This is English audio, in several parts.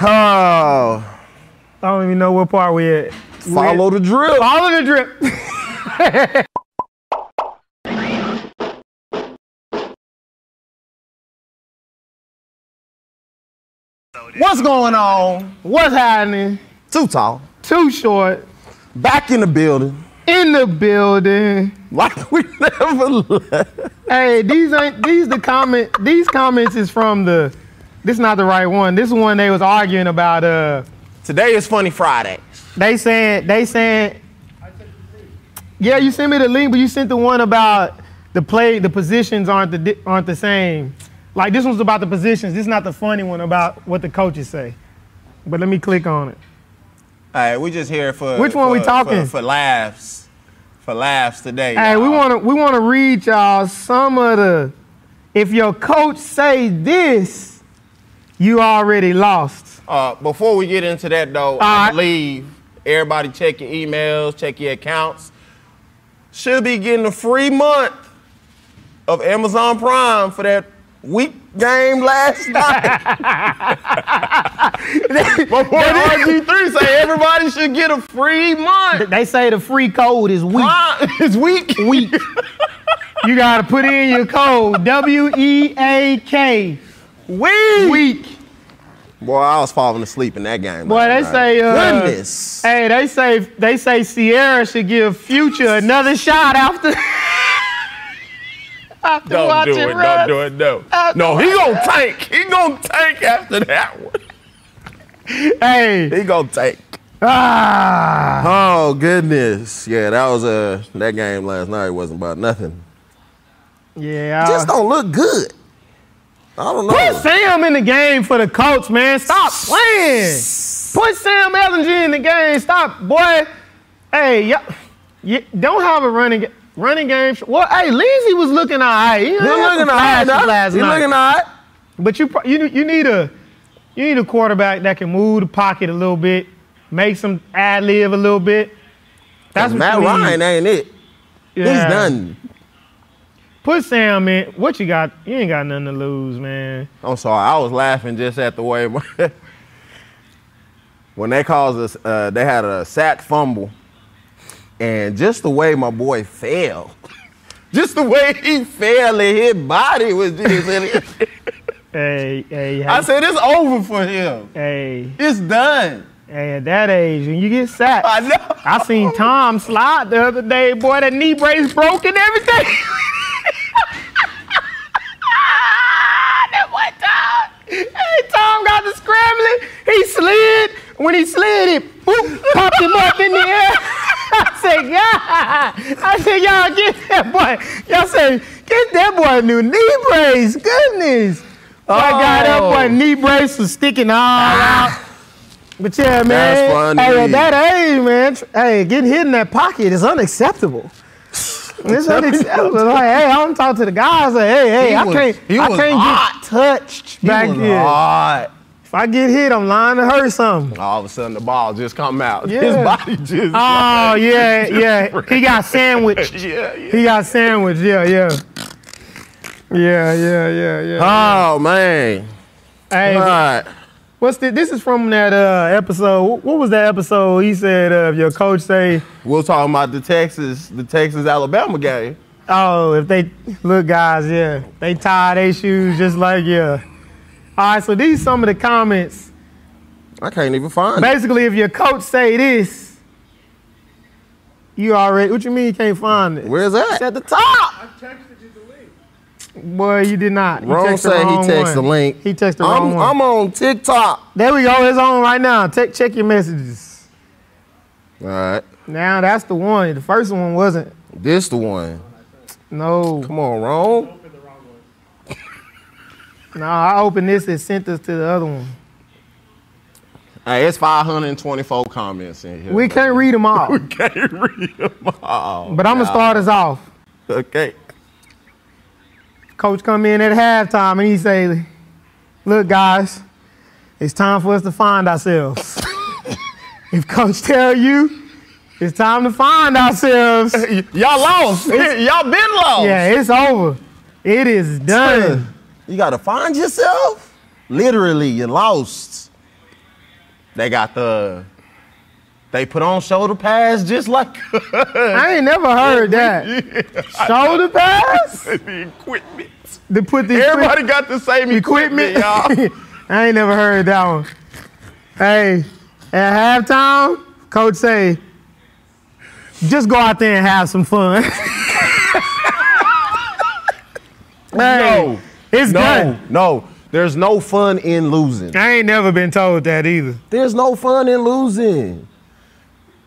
Oh, I don't even know what part we at. We follow at- the drip. follow the drip. What's going on? What's happening? Too tall. Too short. Back in the building, In the building. like we never left. Hey, these ain't these the comment. These comments is from the. This not the right one. This one they was arguing about. Uh, Today is Funny Friday. they saying they saying. Yeah, you sent me the link, but you sent the one about the play. The positions aren't the di- aren't the same. Like this one's about the positions. This is not the funny one about what the coaches say. But let me click on it. All right, we just here for Which one we for- talking? for, for laughs, for laughs today. Hey, we y'all. want to we want to read y'all some of the. If your coach say this, you already lost. Uh, before we get into that though, All I right. believe everybody check your emails, check your accounts. Should be getting a free month of Amazon Prime for that week game last night. My boy RG3 say everybody should get a free month. They say the free code is weak. Prime is week. Weak. you gotta put in your code W E A K. Weak. Weak. Boy, I was falling asleep in that game. Boy, they last night. say. Uh, goodness. Hey, they say they say Sierra should give Future another shot after. after Don't do watching it. Russ. Uh, Don't do it. No. No, he gonna tank. He gonna tank after that one. Hey. He gonna tank. Ah. Oh goodness. Yeah, that was uh that game last night wasn't about nothing. Yeah. Just don't look good. I don't know. Put Sam in the game for the Colts, man. Stop playing. Put Sam Ellinger in the game. Stop, boy. Hey, y'all, you don't have a running ga- running game. sh- Well, hey, Lindsey was looking all right. He, He looking all right. now. last He night. looking all right. But you pro- you you need a you need a quarterback that can move the pocket a little bit, make some ad lib a little bit. That's what Matt you need. Ryan ain't it. Yeah. He's done. Put Sam in. What you got? You ain't got nothing to lose, man. I'm sorry. I was laughing just at the way my- when they caused us. Uh, they had a sack fumble, and just the way my boy fell, just the way he fell, and his body was just. Hey, hey, I hey, said it's over for him. hey, It's done. hey, at that age, when you get sacked. I know. I seen Tom slide the other day, boy. That knee brace broke and everything. Ah, that one time, hey, Tom got the scrambling. He slid. When he slid, it boop, popped him up in the air. I said, yeah. I said, y'all get that boy. Y'all say, get that boy a new knee brace. Goodness. Oh. I got that Oh. boy knee brace was sticking all out. But yeah, man. funny. Hey, at that age, man. tr- Hey, getting hit in that pocket is unacceptable. It's unacceptable. like, hey, I don't talk to the guys. Like, hey, hey, He I was- can't, he I was can't hot. get touched back He was here. hard. If I get hit, I'm lying to hurt something. All of a sudden, the ball just come out. His Yeah. body just. Oh yeah, yeah. He got sandwiched. yeah, yeah. He got sandwiched. Yeah, yeah. Yeah, yeah, yeah, yeah. Oh man. Hey, All right. what's the, this is from that uh, episode. What was that episode? He said uh, if your coach say. We'll talk about the Texas, the Texas Alabama game. Oh, if they look, guys, yeah, they tie their shoes just like yeah. All right, so these some of the comments. I can't even find it. Basically, if your coach say this, you already. What you mean you can't find it? Where's that? It's at the top. Boy, you did not. You Rome texted the say he wrong texted the one. link. He texted the wrong I'm, one. I'm on TikTok. there we go. It's on right now. Check check your messages. All right. Now that's the one. The first one wasn't. This the one. No, Come on, Rome. no. I opened this. It sent us to the other one. Hey, it's 524 comments in here. We can't read them all, can't read them all. but I'm gonna start us off. Okay. coach come in at halftime and he say, look guys, it's time for us to find ourselves. if coach tell you, it's time to find ourselves. Y- y'all lost. y'all been lost. Yeah, it's over. It is done. You gotta find yourself. Literally, you lost. They got the. They put on shoulder pads just like. I ain't never heard that. Shoulder pads? the equipment. To put the Everybody got the same equipment, y'all. I ain't never heard that one. Hey, at halftime, coach say, just go out there and have some fun. hey, No. it's No, done. no. There's no fun in losing. I ain't never been told that either. There's no fun in losing.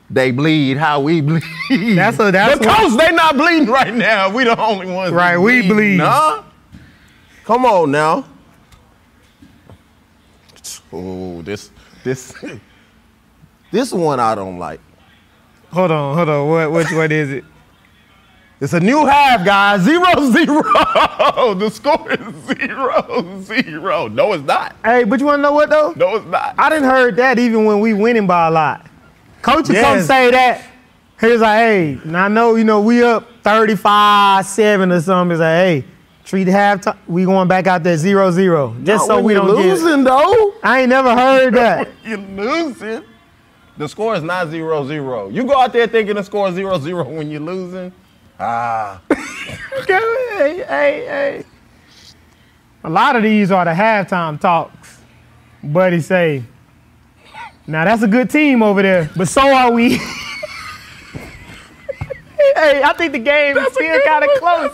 They bleed how we bleed. That's a- that's what- because they not bleeding right now. We the only ones. that Right, we bleed. Nah. Come on now. Oh, this this this one I don't like. Hold on, hold on. What which what is it? It's a new half, guys. Zero zero. the score is zero zero. No, it's not. Hey, but you wanna know what though? No, it's not. I didn't heard that even when we winning by a lot. Coach would come Yes. say that. He was like, hey, now I know, you know, we up 35-7 or something. He's like, hey, treat halftime. We going back out there 0-0. Just so when we you're don't get. losing though. I ain't never heard that. You're losing. The score is not zero zero. You go out there thinking the score is zero zero when you're losing. hey, hey, hey. A lot of these are the halftime talks. Buddy say, now that's a good team over there, but so are we. hey, I think the game is still kind of close.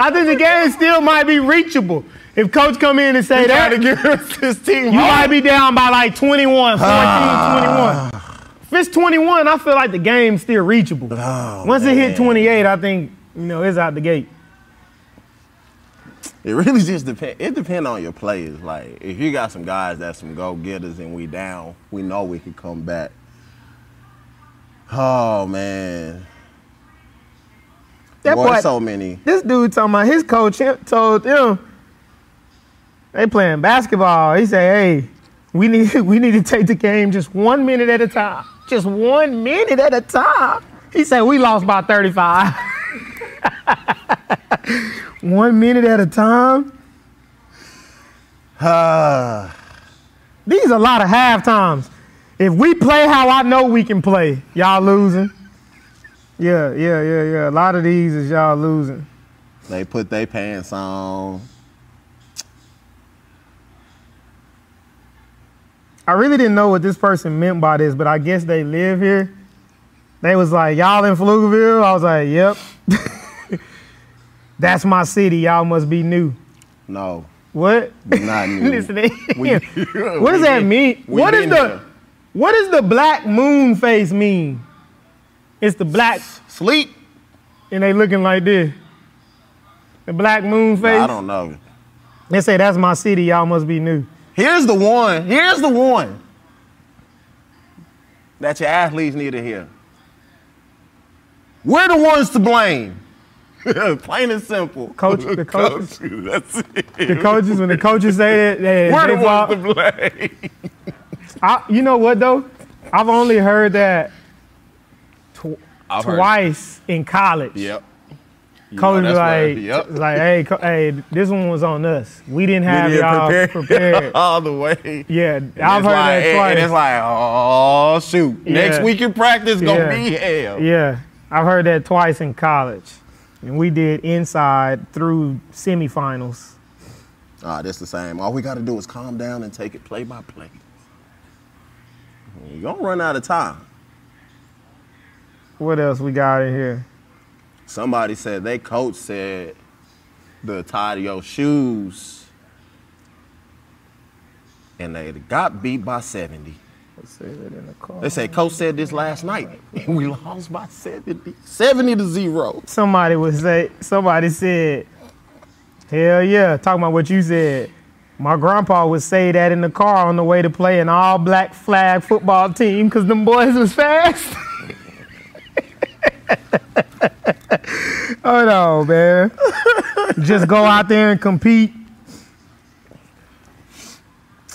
I think the game still might be reachable. If coach come in and say that, Gotta give us this team. you might be down by like 21, 14, Ah. 21. If it's 21, I feel like the game's still reachable. Oh, Once it hit 28, I think, you know, it's out the gate. It really just depend. It depend on your players. Like if you got some guys that's some go getters and we down, we know we can come back. Oh man, That boy, boy, so many. this dude talking about his coach him- told them they playing basketball. He said, "Hey, we need we need to take the game just one minute at a time, just one minute at a time." He said, "We lost by 35." one minute at a time. These a lot of half times. If we play how I know we can play, y'all losing. Yeah, yeah, yeah, yeah. A lot of these is y'all losing. They put their pants on. I really didn't know what this person meant by this, but I guess they live here. They was like, y'all in Pflugerville? I was like, yep. That's my city. Y'all must be new. No, What? not new. Listen to We- him. What does that mean? we What is been the there. what does the black moon face mean? It's the black Sleep. and they looking like this. The black moon face. I don't know. They say that's my city. Y'all must be new. Here's the one. Here's the one that your athletes need to hear. We're the ones to blame. Plain and simple. Coach- the coach- That's it. The coaches when the coaches say that, they, We're they the fall- ones to blame. I, you know what though? I've only heard that tw- I've heard- twice in college. Yep. You Coach know was that's where- yep. like, like, hey, co- hey, this one was on us. We didn't have didn't y'all prepare. prepared. all the way. yeah, And I've it's like- heard that and- twice. And it's like, oh shoot. Next Yeah. week in practice Yeah. gonna be hell. yeah, I've heard that twice in college, and we did inside through semifinals. Ah, that's the same. All we got to do is calm down and take it play by play. You're going to run out of time. What else we got in here? Somebody said, they coach said, the tie to your shoes. And they got beat by 70. Let's say that in the car. They said, coach said this last night. And we lost by 70. 70 to 0. somebody would say, somebody said, hell yeah, talking about what you said. My grandpa would say that in the car on the way to play an all black flag football team because them boys was fast. Hold on, man. Just go out there and compete.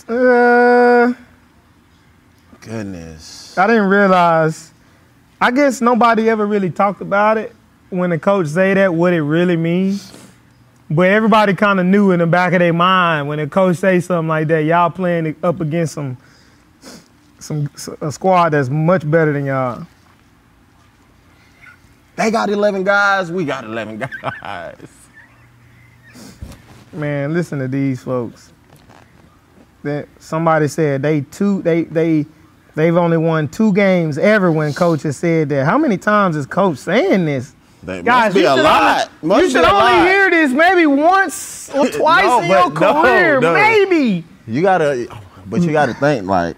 Uh, Goodness. I didn't realize. I guess nobody ever really talked about it when the coach say that what it really means. But everybody kind of knew in the back of their mind when the coach say something like that. Y'all playing up against some some a squad that's much better than y'all. They got 11 guys. We got 11 guys. Man, listen to these folks. That somebody said they two they they they've only won two games ever when coach has said that. How many times is coach saying this? They must Guys, be you a should lot. only- Must you be should a only lot. hear this maybe once or twice No, in your but no, career, no. maybe. You gotta, but you Mm. gotta think like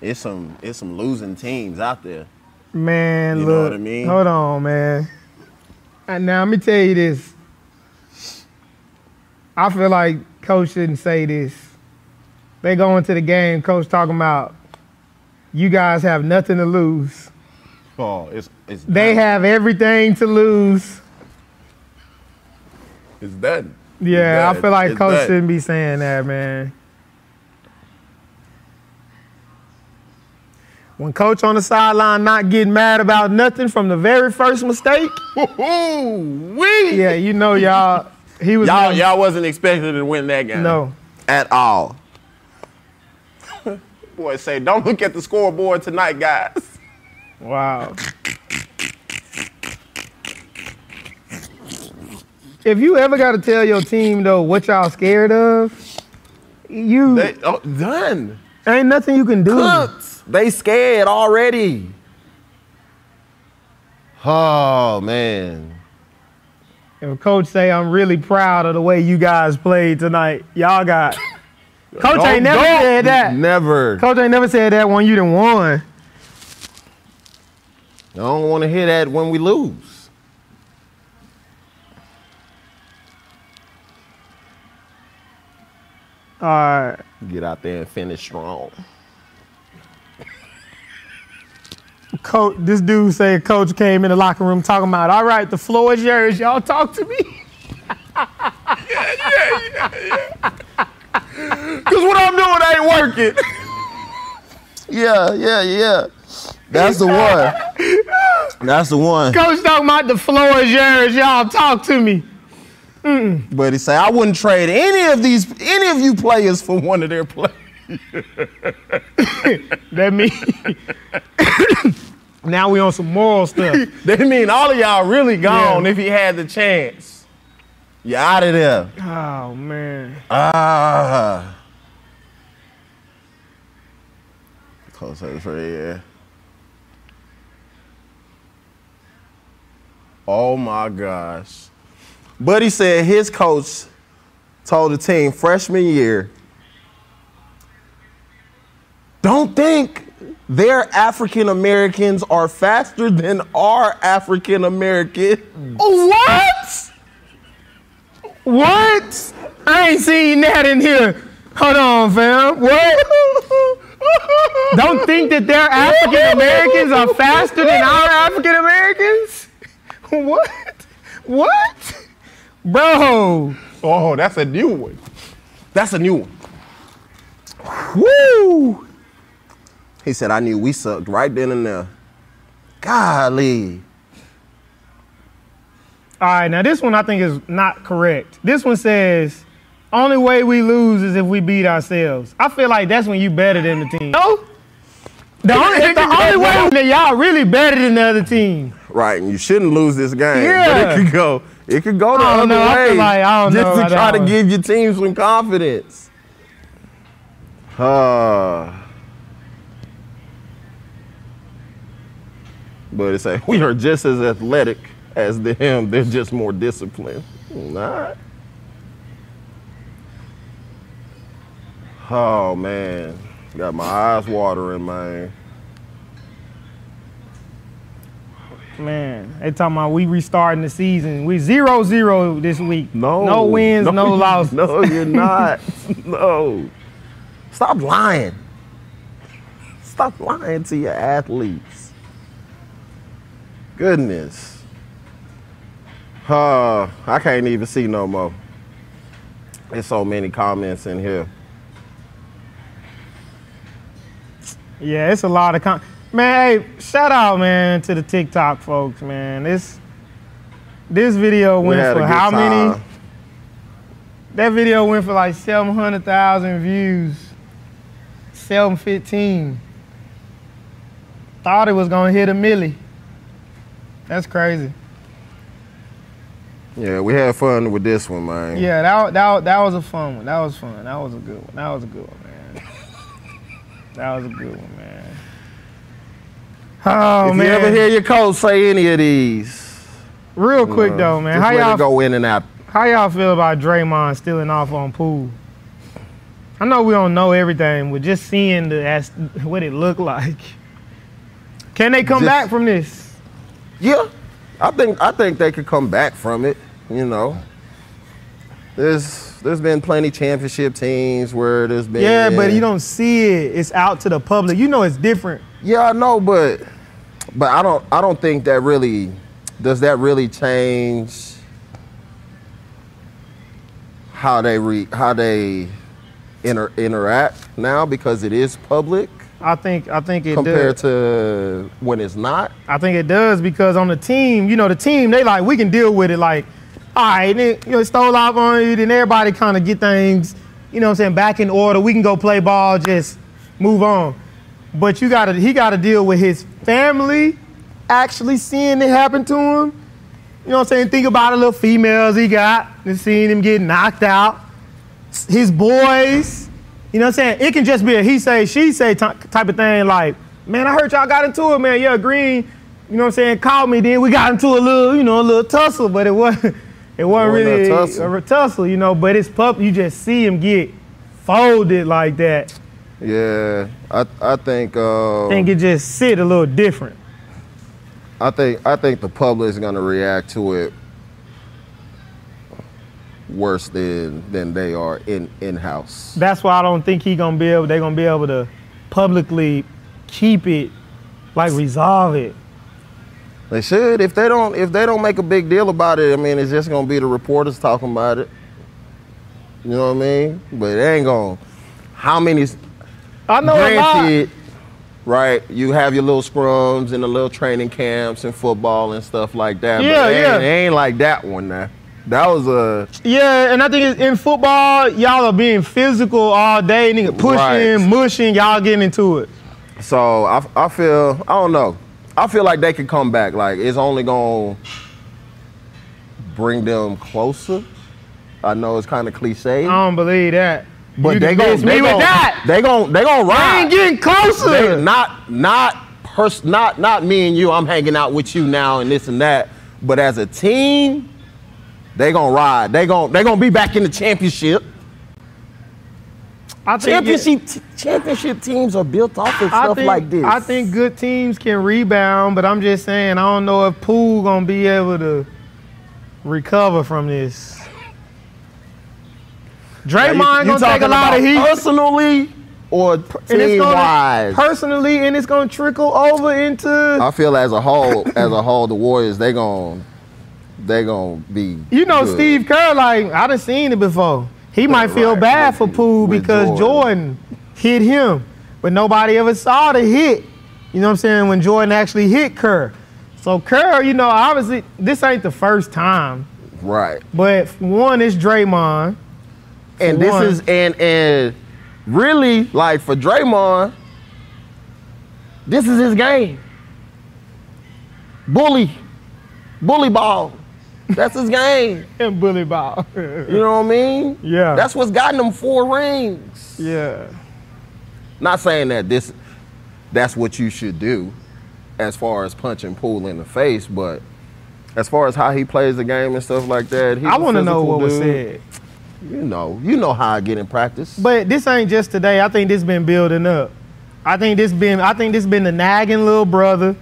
it's some it's some losing teams out there. Man, You look. know what I mean? Hold on, man. And now let me tell you this. I feel like coach shouldn't say this. They go into the game, coach talking about you guys have nothing to lose. Oh, it's it's They done. have everything to lose. it's done. Yeah, It's I done. feel like It's coach done. shouldn't be saying that, man. When coach on the sideline not getting mad about nothing from the very first mistake, Ooh, we. yeah, you know y'all he was Y'all never- y'all wasn't expected to win that game. No. at all. Boy, say don't look at the scoreboard tonight, guys. Wow. if you ever got to tell your team though what y'all scared of, you They oh, done. ain't nothing you can do. Cooked. They scared already. Oh man. If coach say I'm really proud of the way you guys played tonight, y'all got. coach ain't never said that. Never. Coach ain't never said that when you done won. I don't want to hear that when we lose. All right. Get out there and finish strong. coach, this dude said coach came in the locker room talking about, all right, the floor is yours. Y'all talk to me. Cause what I'm doing ain't working. yeah, yeah, yeah. That's the one. That's the one. Coach talking about the floor is yours. Y'all talk to me. But he say I wouldn't trade any of these, any of you players for one of their players. That mean now we on some moral stuff. They mean all of y'all really gone Yeah. if he had the chance. You out of there. oh man. Ah. Close to for yeah. Oh my gosh. Buddy said his coach told the team freshman year, don't think their African Americans are faster than our African American. What? What? I ain't seen that in here. Hold on, fam. What? Don't think that their African Americans are faster than our African Americans? What? What? Bro. Oh, that's a new one. That's a new one. Woo! He said, I knew we sucked right then and there. Golly. All right, now this one I think is not correct. This one says, only way we lose is if we beat ourselves. I feel like that's when you better than the team. No? The only, it's the only way that y'all really better than the other team. Right, and you shouldn't lose this game. Yeah. But it could go. It could go the I other don't know, I feel way. like- I don't just know to about try that to one. give your team some confidence. Uh, but it's like we are just as athletic as them. They're just more disciplined. Not. Oh man, got my eyes watering, man. Man, they talking about we restarting the season. We 0-0 zero, zero this week. No. No wins, no, you- losses. No, you're not. no. Stop lying. Stop lying to your athletes. Goodness. Uh, I can't even see no more. There's so many comments in here. Yeah, it's a lot of con- man. Hey, shout out, man, to the TikTok folks, man. This this video We went had a for good how many? time. That video went for like seven hundred thousand views. seven fifteen. Thought it was gonna hit a millie. That's crazy. Yeah, we had fun with this one, man. Yeah, that, wa- that wa- that was a fun one. That was fun. That was a good one. That was a good one, man. that was a good one, man. Oh If man. you ever hear your coach say any of these, uh, Real quick though, man. just How let y'all it go in and out. How y'all feel about Draymond stealing off on pool? I know we don't know everything, but just seeing the as- what it looked like. Can they come Just- back from this? Yeah, I think I think they could come back from it. You know, there's there's been plenty championship teams where there's been Yeah, but you don't see it. It's out to the public. You know it's different. Yeah, I know, but but I don't I don't think that really does that really change how they re, how they inter, interact now because it is public I think I think it compared does. to when it's not. I think it does because on the team, you know, the team they like we can deal with it. Like, all right, then, you know, stole off on you, then everybody kind of get things, you know, what I'm saying back in order. We can go play ball, just move on. But you got to he got to deal with his family actually seeing it happen to him. You know what I'm saying? Think about the little females he got and seeing him get knocked out. S- His boys. You know what I'm saying? It can just be a he say, she say ty- type of thing like, man, I heard y'all got into it, man. Yeah, Green, you know what I'm saying, called me. Then we got into a little, you know, a little tussle, but it wasn't, it wasn't Wasn't a really tussle. a, tussle, you know. But it's pup, you just see him get folded like that. Yeah, I I think uh, think it just sit a little different. I think I think the public's gonna react to it worse than than they are in in house. That's why I don't think he gonna be able. They gonna be able to publicly keep it, like resolve it. They should. If they don't, if they don't make a big deal about it, I mean, it's just gonna be the reporters talking about it. You know what I mean? But it ain't gonna. How many? I know a lot. Granted, right? You have your little scrums and the little training camps and football and stuff like that. Yeah, but it yeah. Ain't, it ain't like that one now. That was a Yeah, and I think it's in football, y'all are being physical all day, nigga, pushing, Right. mushing, y'all getting into it. so I, I feel I don't know. I feel like they could come back. Like it's only gonna bring them closer. I know it's kind of cliche. I don't believe that. But you they convinced gon' me they with gon' that. They gon' they gon' I ride. ain't getting closer. They- not not pers- not not me and you. I'm hanging out with you now and this and that. But as a team, they gon' ride. They gon' they gon' be back in the championship. I think it- Championship t- championship teams are built off of stuff think, like this. I think good teams can rebound, but I'm just saying I don't know if Poole gonna be able to recover from this. Now, Draymond you- you gonna take talking a lot about of heat. personally or and it's team gonna- wise. personally, and it's gonna trickle over into I feel as a whole, as a whole, the Warriors they gon' they gon' be. You know, good. Steve Kerr, like, I done seen it before. He might feel right, bad with- for Poole with because Jordan. Jordan. hit him, but nobody ever saw the hit. You know what I'm saying? When Jordan actually hit Kerr. So Kerr, you know, obviously, this ain't the first time, right. but one is Draymond. And For this one. is and and really like for Draymond, this is his game. Bully, bully ball. That's his game. And Bully Ball. You know what I mean? Yeah. That's what's gotten him four rings. yeah. Not saying that this that's what you should do as far as punching Poole in the face, but as far as how he plays the game and stuff like that, he's I a want to know physical what was dude. said. You know, you know how I get in practice. But this ain't just today. I think this been building up. I think this been I think this been the nagging little brother,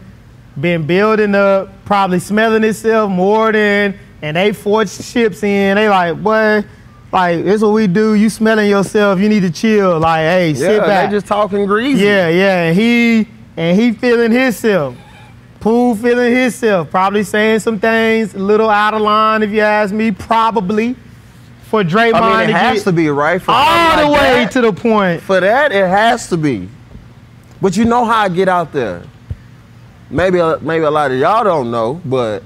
been building up, probably smelling itself more than and they forged chips in. They like, boy, like this what we do. You smelling yourself, you need to chill. Like, hey, sit yeah, back. they just talking greasy. yeah, yeah. And he and he feeling himself. Poole feeling himself. Probably saying some things a little out of line if you ask me. Probably for Draymond I mean, it to has get to be right for all something the like way that. to the point. for that. It has to be. But you know how I get out there. Maybe a- maybe a lot of y'all don't know, but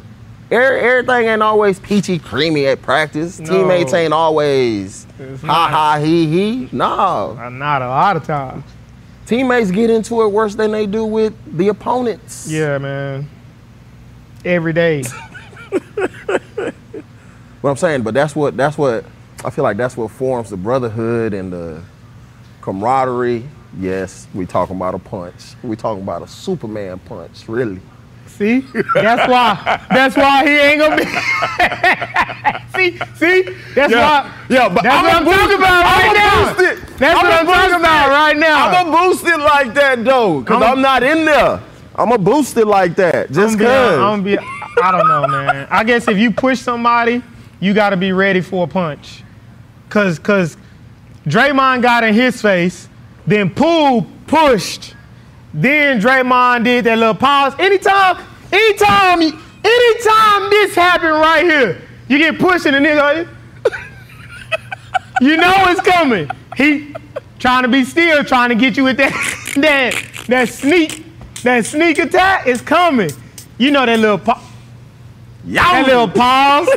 er- everything ain't always peachy creamy at practice. No. Teammates ain't always It's ha not. ha he he. No, Uh, Not a lot of times. Teammates get into it worse than they do with the opponents. Yeah, man. Every day. What I'm saying, but that's what that's what I feel like that's what forms the brotherhood and the camaraderie. Yes, we talking about a punch. We talking about a Superman punch, really. See? That's why. That's why he ain't gonna be. see? See? That's why. yeah, but That's what I'ma I'm talking boost- about right I'ma now. boost it. That's what I'ma I'm talking boost about it. right now. I'ma boost it like that though, cause I'ma- am not in there. I'ma boost it like that, just I'm be, cause. I'm be, I don't know, man. I guess if you push somebody, you got to be ready for a punch. Cause, cause Draymond got in his face, then Poole pushed, then Draymond did that little pause. Anytime, anytime, anytime this happened right here, you get pushed and the nigga, you know it's coming. He trying to be still, trying to get you with that that that sneak that sneak attack is coming. You know that little pa- Oh. that little pause.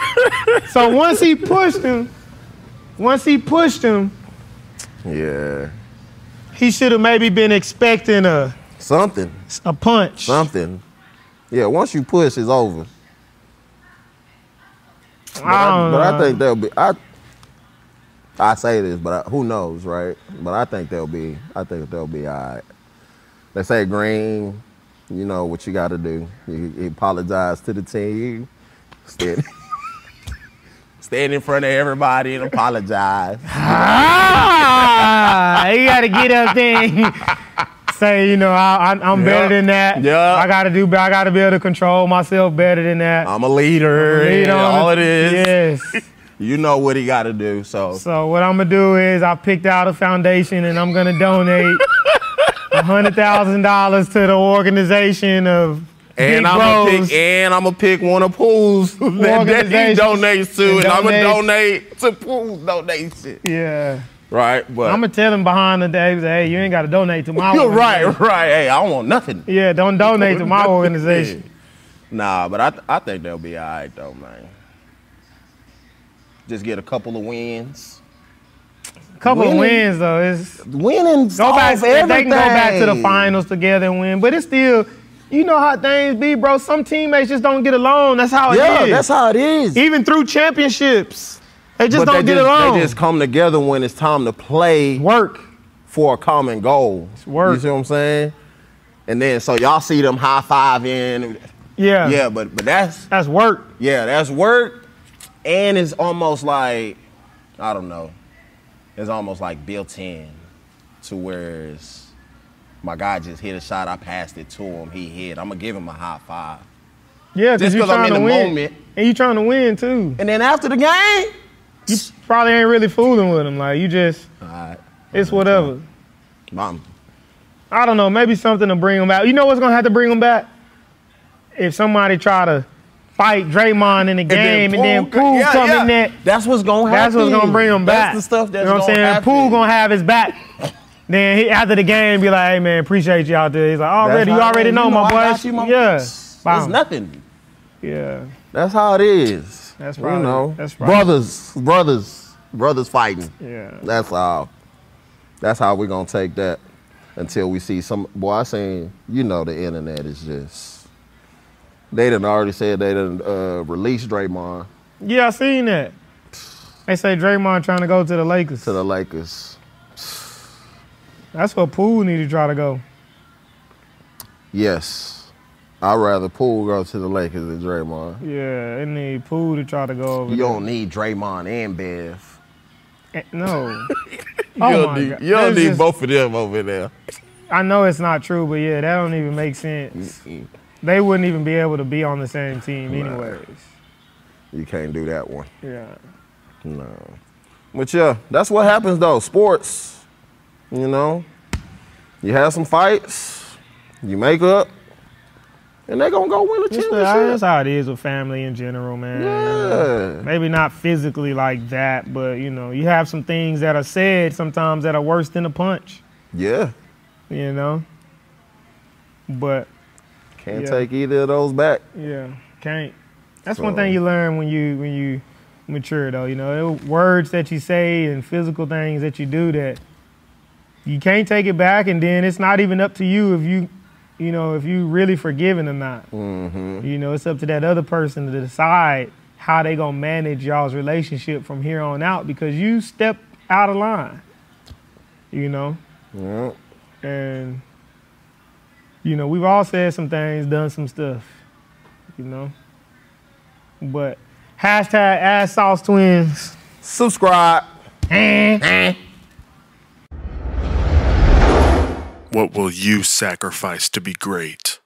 so once he pushed him, once he pushed him, Yeah. he should have maybe been expecting a Something. a punch. Something. Yeah, once you push, it's over. I don't but I know. think there'll be I I say this, but I, who knows, right? But I think they'll be I think they'll be all right. They say green, you know what you got to do. You, you apologize to the team. Stand, stand in front of everybody and apologize. Ah, you gotta get up there. and Say, you know, I, I, I'm better than that. Yeah. I gotta do. be- I gotta be able to control myself better than that. I'm a leader. Lead and on all it the- is. Yes. You know what he got to do. So So what I'm gonna do is I picked out a foundation and I'm gonna donate hundred thousand dollars to the organization of and Big I'm Bros. gonna pick and I'm gonna pick one of Pools that, that he Organizations donates to, and and I'm gonna donates. donate to Pools donation. yeah. Right, but I'm gonna tell them behind the day, hey, you ain't gotta donate to my. You're organization. right, right. Hey, I don't want nothing. Yeah, don't donate to my organization. Nah, but I, th- I think they'll be all right, though, man. Just get a couple of wins. couple Winning- of wins though. It's Winning go solve back. They everything. can go back to the finals together and win, but it's still, you know how things be, bro. Some teammates just don't get along. That's how it is. Yeah, that's how it is. Even through championships, they just but don't they get just, along. They just come together when it's time to play work. for a common goal. work. You see what I'm saying? And then so y'all see them high five in. Yeah. Yeah, but but that's That's work. Yeah, that's work, and it's almost like I don't know. It's almost like built in to where it's, my guy just hit a shot. I passed it to him. He hit. I'm gonna give him a high five. Yeah, because Just you 'cause I'm trying in to the win. moment. And you trying to win too. And then after the game, You probably ain't really fooling with them. Like you just, all right, it's whatever. mom. I don't know. Maybe something to bring them back. You know what's gonna have to bring them back? If somebody try to fight Draymond in the game and then Poole yeah, come yeah. in there, That's what's gonna happen. that's what's gonna bring them back. That's the stuff that's you know what I'm gonna saying. happen. Poole gonna have his back. Then he, after the game, be like, "Hey man, appreciate you out there." He's like, That's "Already, you how it already is. know, You my I boy." got you, my- yeah, It's Bow. nothing. yeah. That's how it is. That's You probably- know, that's probably- brothers, brothers, brothers fighting. Yeah. That's all. That's how we're gonna take that until we see some. Boy, I seen. You know, the internet is just. They done already said they done uh, released Draymond Yeah, I seen that. They say Draymond trying to go to the Lakers. to the Lakers. That's where Poole need to try to go. Yes, I'd rather Poole go to the Lakers than Draymond. Yeah, they need Poole to try to go over. You don't need Draymond and Bev. there. Eh, No. You oh don't my need, God. you don't That's need just- both of them over there. I know it's not true, but yeah, that don't even make sense. Mm. They wouldn't even be able to be on the same team, anyways. You can't do that one. Yeah. No. But yeah, that's what happens though. Sports, you know, you have some fights, you make up, and they gonna go win a It's the- that's championship. how it is with family in general, man. Yeah. Maybe not physically like that, but you know, you have some things that are said sometimes that are worse than a punch. Yeah. You know. But Can't Yeah. take either of those back. Yeah, can't. That's one So- thing you learn when you when you mature, though. You know, there were words that you say and physical things that you do that you can't take it back, and then it's not even up to you if you, you know, if you really forgiving or not. Mm-hmm. You know, it's up to that other person to decide how they gonna manage y'all's relationship from here on out because you stepped out of line. You know, Yeah. and you know we've all said some things, done some stuff. You know, but hashtag ass sauce twins. Subscribe. What will you sacrifice to be great?